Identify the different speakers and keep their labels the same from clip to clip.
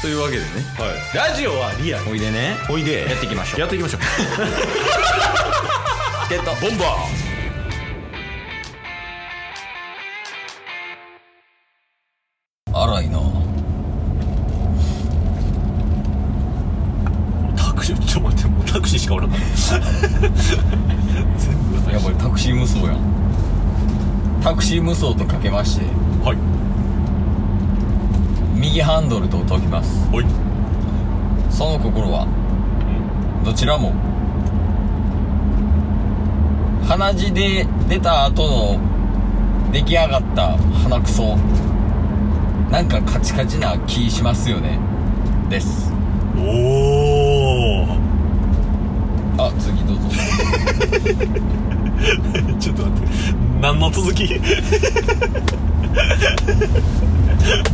Speaker 1: というわけでね
Speaker 2: はい、ラジオはリアル
Speaker 1: おいでね
Speaker 2: おいで
Speaker 1: やっていきましょう
Speaker 2: やっていきましょう
Speaker 1: ゲット
Speaker 2: ボンバ
Speaker 1: 荒いな
Speaker 2: ータクシーちょっと待ってもうタクシーしかおらんかった
Speaker 1: やばいタクシー無双やんタクシー無双とかけまして
Speaker 2: はい
Speaker 1: 右ハンドルと解きます
Speaker 2: おい
Speaker 1: その心はどちらも鼻血で出た後の出来上がった鼻くそなんかカチカチな気しますよねです
Speaker 2: おお
Speaker 1: あ次 どうぞ
Speaker 2: ちょっと待って何の続き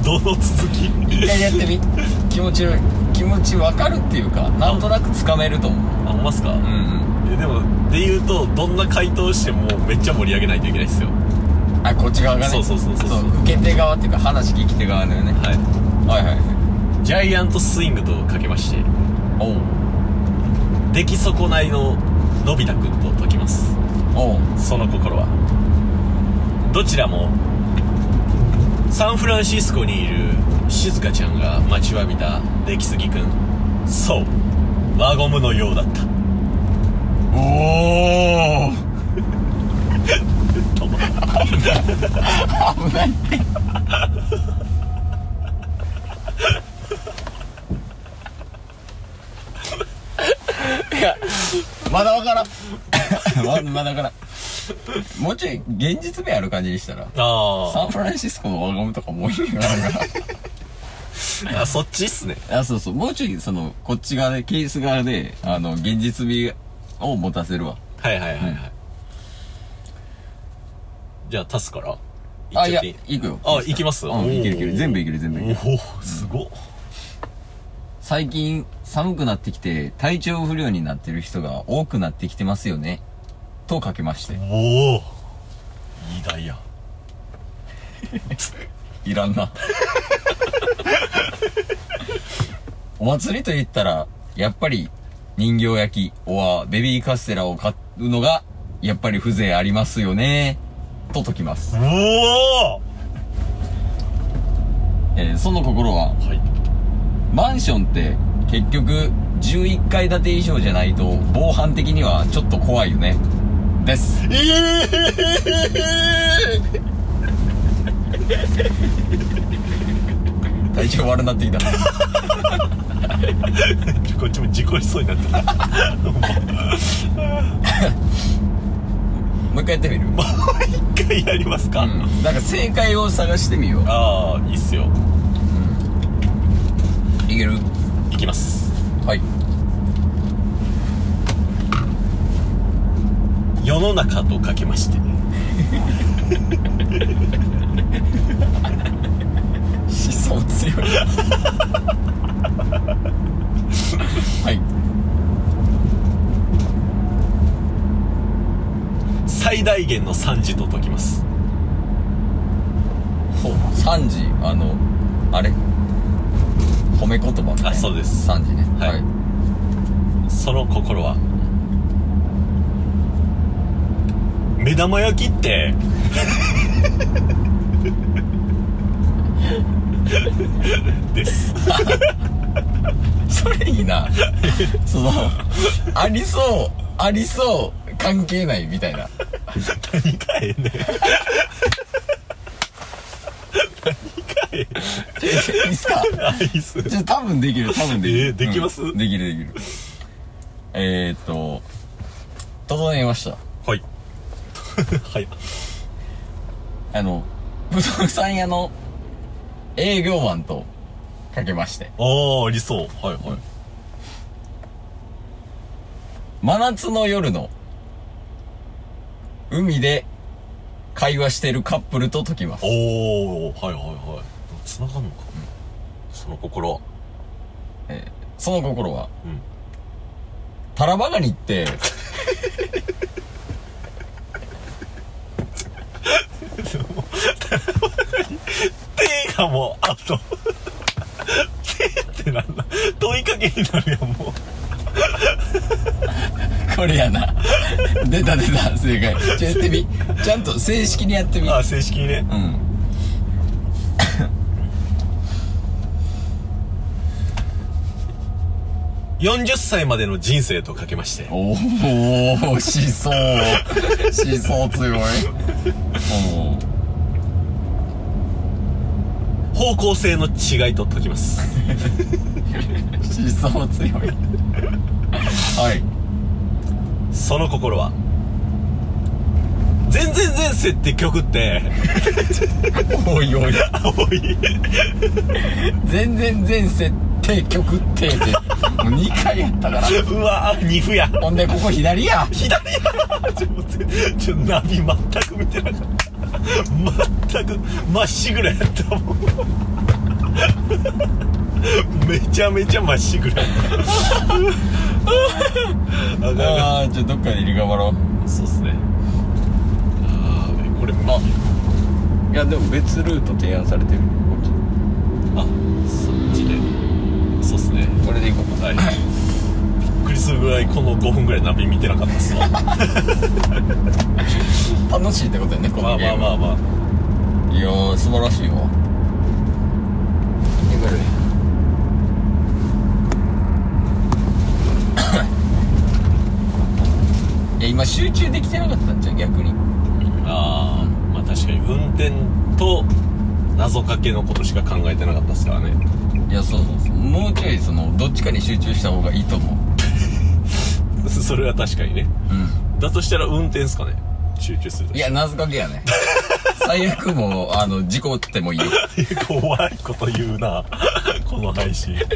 Speaker 2: どの続き
Speaker 1: 一回やってみ気持ちよい気持ちわかるっていうかなんとなくつかめると思う
Speaker 2: あほんますか、
Speaker 1: うん
Speaker 2: えでもで言うとどんな回答してもめっちゃ盛り上げないといけないですよ
Speaker 1: あこっち側がね
Speaker 2: そうそうそうそうそう
Speaker 1: 受け手側っていうか話聞き手側だよね
Speaker 2: はい
Speaker 1: はいはいはい
Speaker 2: ジャイアントスイングとかけまして
Speaker 1: おう
Speaker 2: 出来損ないののび太くんと解きます
Speaker 1: おう
Speaker 2: その心はどちらもサンフランシスコにいる静香ちゃんが待ちわびた出来すぎくんそう輪ゴムのようだった
Speaker 1: おお
Speaker 2: とも
Speaker 1: 危ないっていやまだわからんままだわからんもうちょい現実味ある感じにしたら
Speaker 2: あ
Speaker 1: サンフランシスコの輪ゴムとかもういいか
Speaker 2: ーあそっちっすね
Speaker 1: らあそうそうもうちょいそのこっち側でケース側であの現実味を持たせるわ
Speaker 2: はいはいはいはい、じゃあ足すから
Speaker 1: あいや
Speaker 2: いっちゃっていい
Speaker 1: 行くよ
Speaker 2: あ行きます
Speaker 1: うんいけるいけ
Speaker 2: お
Speaker 1: る
Speaker 2: ー
Speaker 1: 全部いける全部いける
Speaker 2: おおすごっ
Speaker 1: 最近寒くなってきて体調不良になってる人が多くなってきてますよねとかけまして
Speaker 2: おおいいダイヤ
Speaker 1: いらんな お祭りと言ったらやっぱり人形焼きおわベビーカステラを買うのがやっぱり風情ありますよねと解きます、
Speaker 2: おお
Speaker 1: えーその心は
Speaker 2: はい
Speaker 1: マンションって結局11階建て以上じゃないと防犯的にはちょっと怖いよねです
Speaker 2: ええ
Speaker 1: 体調悪なってきた
Speaker 2: こっちも事故りそうになってた
Speaker 1: もう一回やってみる、
Speaker 2: もう一回やりますか、
Speaker 1: うん、なんか正解を探してみよう
Speaker 2: ああいいっすよ
Speaker 1: いける
Speaker 2: いきます
Speaker 1: はい
Speaker 2: 世の中とかけまして
Speaker 1: 思想強いはい
Speaker 2: 最大限の惨事と解きます
Speaker 1: ほう3時あのあれ褒め言葉、ね、
Speaker 2: あそうです
Speaker 1: 3時ね
Speaker 2: はいその心は目玉焼きってです
Speaker 1: それいい なそのありそうありそう関係ないみたいな
Speaker 2: 何かええねん
Speaker 1: ちょいいっすか
Speaker 2: アイ ス
Speaker 1: ちょ多分できる多分できる、
Speaker 2: えーできます
Speaker 1: うんできるできるえー、っと整えました
Speaker 2: はい はい
Speaker 1: あの、不動産屋の営業マンとかけまして。
Speaker 2: ああありそうはいはい
Speaker 1: 真夏の夜の海で会話してるカップルと解きます。
Speaker 2: おおはいはいはい繋がんのか、その心は
Speaker 1: その心は、
Speaker 2: うん
Speaker 1: タラバガニって、
Speaker 2: 手がもうあと手ってけになるやんもう
Speaker 1: これやな出た出た正解ちょやってみちゃんと正式にやってみ
Speaker 2: あ正式にね
Speaker 1: うん
Speaker 2: 40歳までの人生とかけまして
Speaker 1: おお思想思想強いおお
Speaker 2: 方向性の違いと解きます
Speaker 1: 思想強いはい
Speaker 2: その心は「全然前世」って曲って
Speaker 1: おいおい
Speaker 2: 多い
Speaker 1: 全然前世って曲ってってもう2回やったから
Speaker 2: うわー二歩や
Speaker 1: ほんでここ左や
Speaker 2: 左やちょっとちょナビ全く見てなかった全くまっしぐらやったもんめちゃめちゃまっしぐらやったあかんあかん
Speaker 1: ああじゃあどっかで入れ替わろ
Speaker 2: そうっすねああこれまあ
Speaker 1: ういやでも別ルート提案されてる
Speaker 2: あそっちでそうっすね
Speaker 1: これでいこう
Speaker 2: はいびっくりするぐらいこの5分ぐらいナビ見てなかったっすわま
Speaker 1: か楽しいってことやねこ
Speaker 2: あ
Speaker 1: のゲ
Speaker 2: ま
Speaker 1: ー
Speaker 2: あ
Speaker 1: ム
Speaker 2: まあまあ
Speaker 1: いやー素晴らしいわ行ってくるいや今集中できてなかったんじゃう逆に
Speaker 2: ああまあ確かに運転と謎かけのことしか考えてなかったっすからね
Speaker 1: いやそうそうそうもうちょいそのどっちかに集中した方がいいと思
Speaker 2: それは確かにね
Speaker 1: ううん
Speaker 2: だとしたら運転っすかね集中すると
Speaker 1: いや、謎かけやね。最悪もう、あの、事故ってもいいよ。
Speaker 2: 怖いこと言うな この配信よ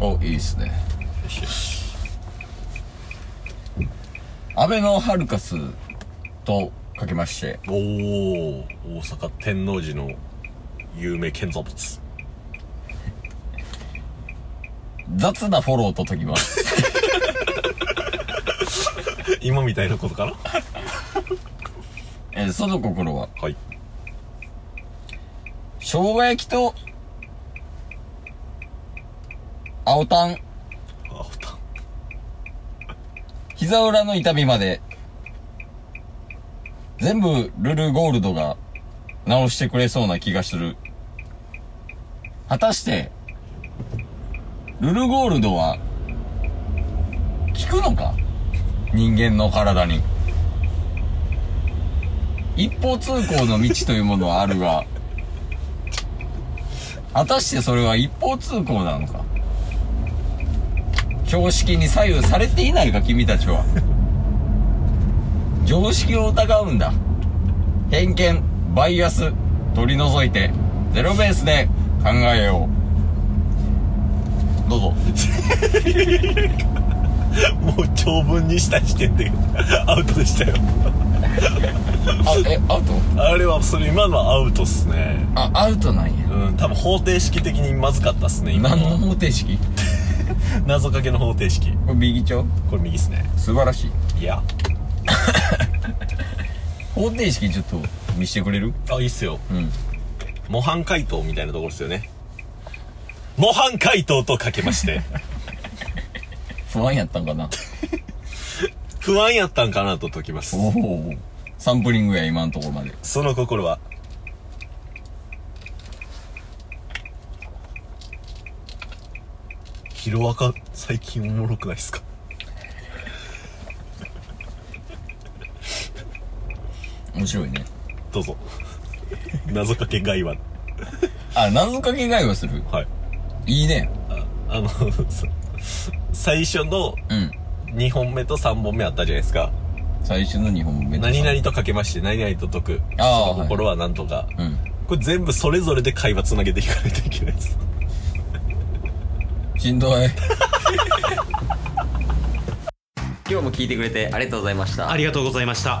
Speaker 1: お、いいっすね。
Speaker 2: しよし
Speaker 1: 安倍のハルカスとかけまして、
Speaker 2: おお大阪天王寺の有名建造物
Speaker 1: 雑なフォローと解きます。
Speaker 2: 今みたいなことかな
Speaker 1: えーその心は、
Speaker 2: はい
Speaker 1: 生姜焼きと、青タン、
Speaker 2: あおた
Speaker 1: 膝裏の痛みまで、全部ルルゴールドが直してくれそうな気がする。果たして、ルルゴールドは、効くのか人間の体に。一方通行の道というものはあるが、果たしてそれは一方通行なのか常識に左右されていないか君たち は常識を疑うんだ偏見バイアス取り除いてゼロベースで考えようどうぞ
Speaker 2: もう長文にした時点で アウトでしたよ
Speaker 1: あえアウト
Speaker 2: あれはそれ今のはアウトっすね
Speaker 1: あアウトなんや
Speaker 2: うん多分方程式的にまずかったっすね今
Speaker 1: 何の
Speaker 2: の
Speaker 1: 方程式
Speaker 2: 謎かけの方程式
Speaker 1: これ右ちょ
Speaker 2: これ右っすね
Speaker 1: 素晴らしい
Speaker 2: いや
Speaker 1: 方程式ちょっと見してくれる
Speaker 2: あいいっすよ
Speaker 1: うん
Speaker 2: 模範解答みたいなところですよね模範解答とかけまして
Speaker 1: 不安やったん かな
Speaker 2: 不安やったんかなと解きます
Speaker 1: おおサンプリングや今のところまで
Speaker 2: その心はヒロアカ最近おもろくないっすか
Speaker 1: 面白いね
Speaker 2: ど うぞ謎かけ外話
Speaker 1: あ謎かけ会話する
Speaker 2: はい
Speaker 1: いいね
Speaker 2: ああの そ最初の
Speaker 1: うん
Speaker 2: 2本目と3本目あったじゃないですか
Speaker 1: 最初の2本目
Speaker 2: 何々とかけまして何々と解く
Speaker 1: ああ
Speaker 2: その心はなんとか、
Speaker 1: うん
Speaker 2: これ全部それぞれで会話つなげていかないといけないです
Speaker 1: しんどい
Speaker 3: 今日も聞いてくれてありがとうございました
Speaker 4: ありがとうございました。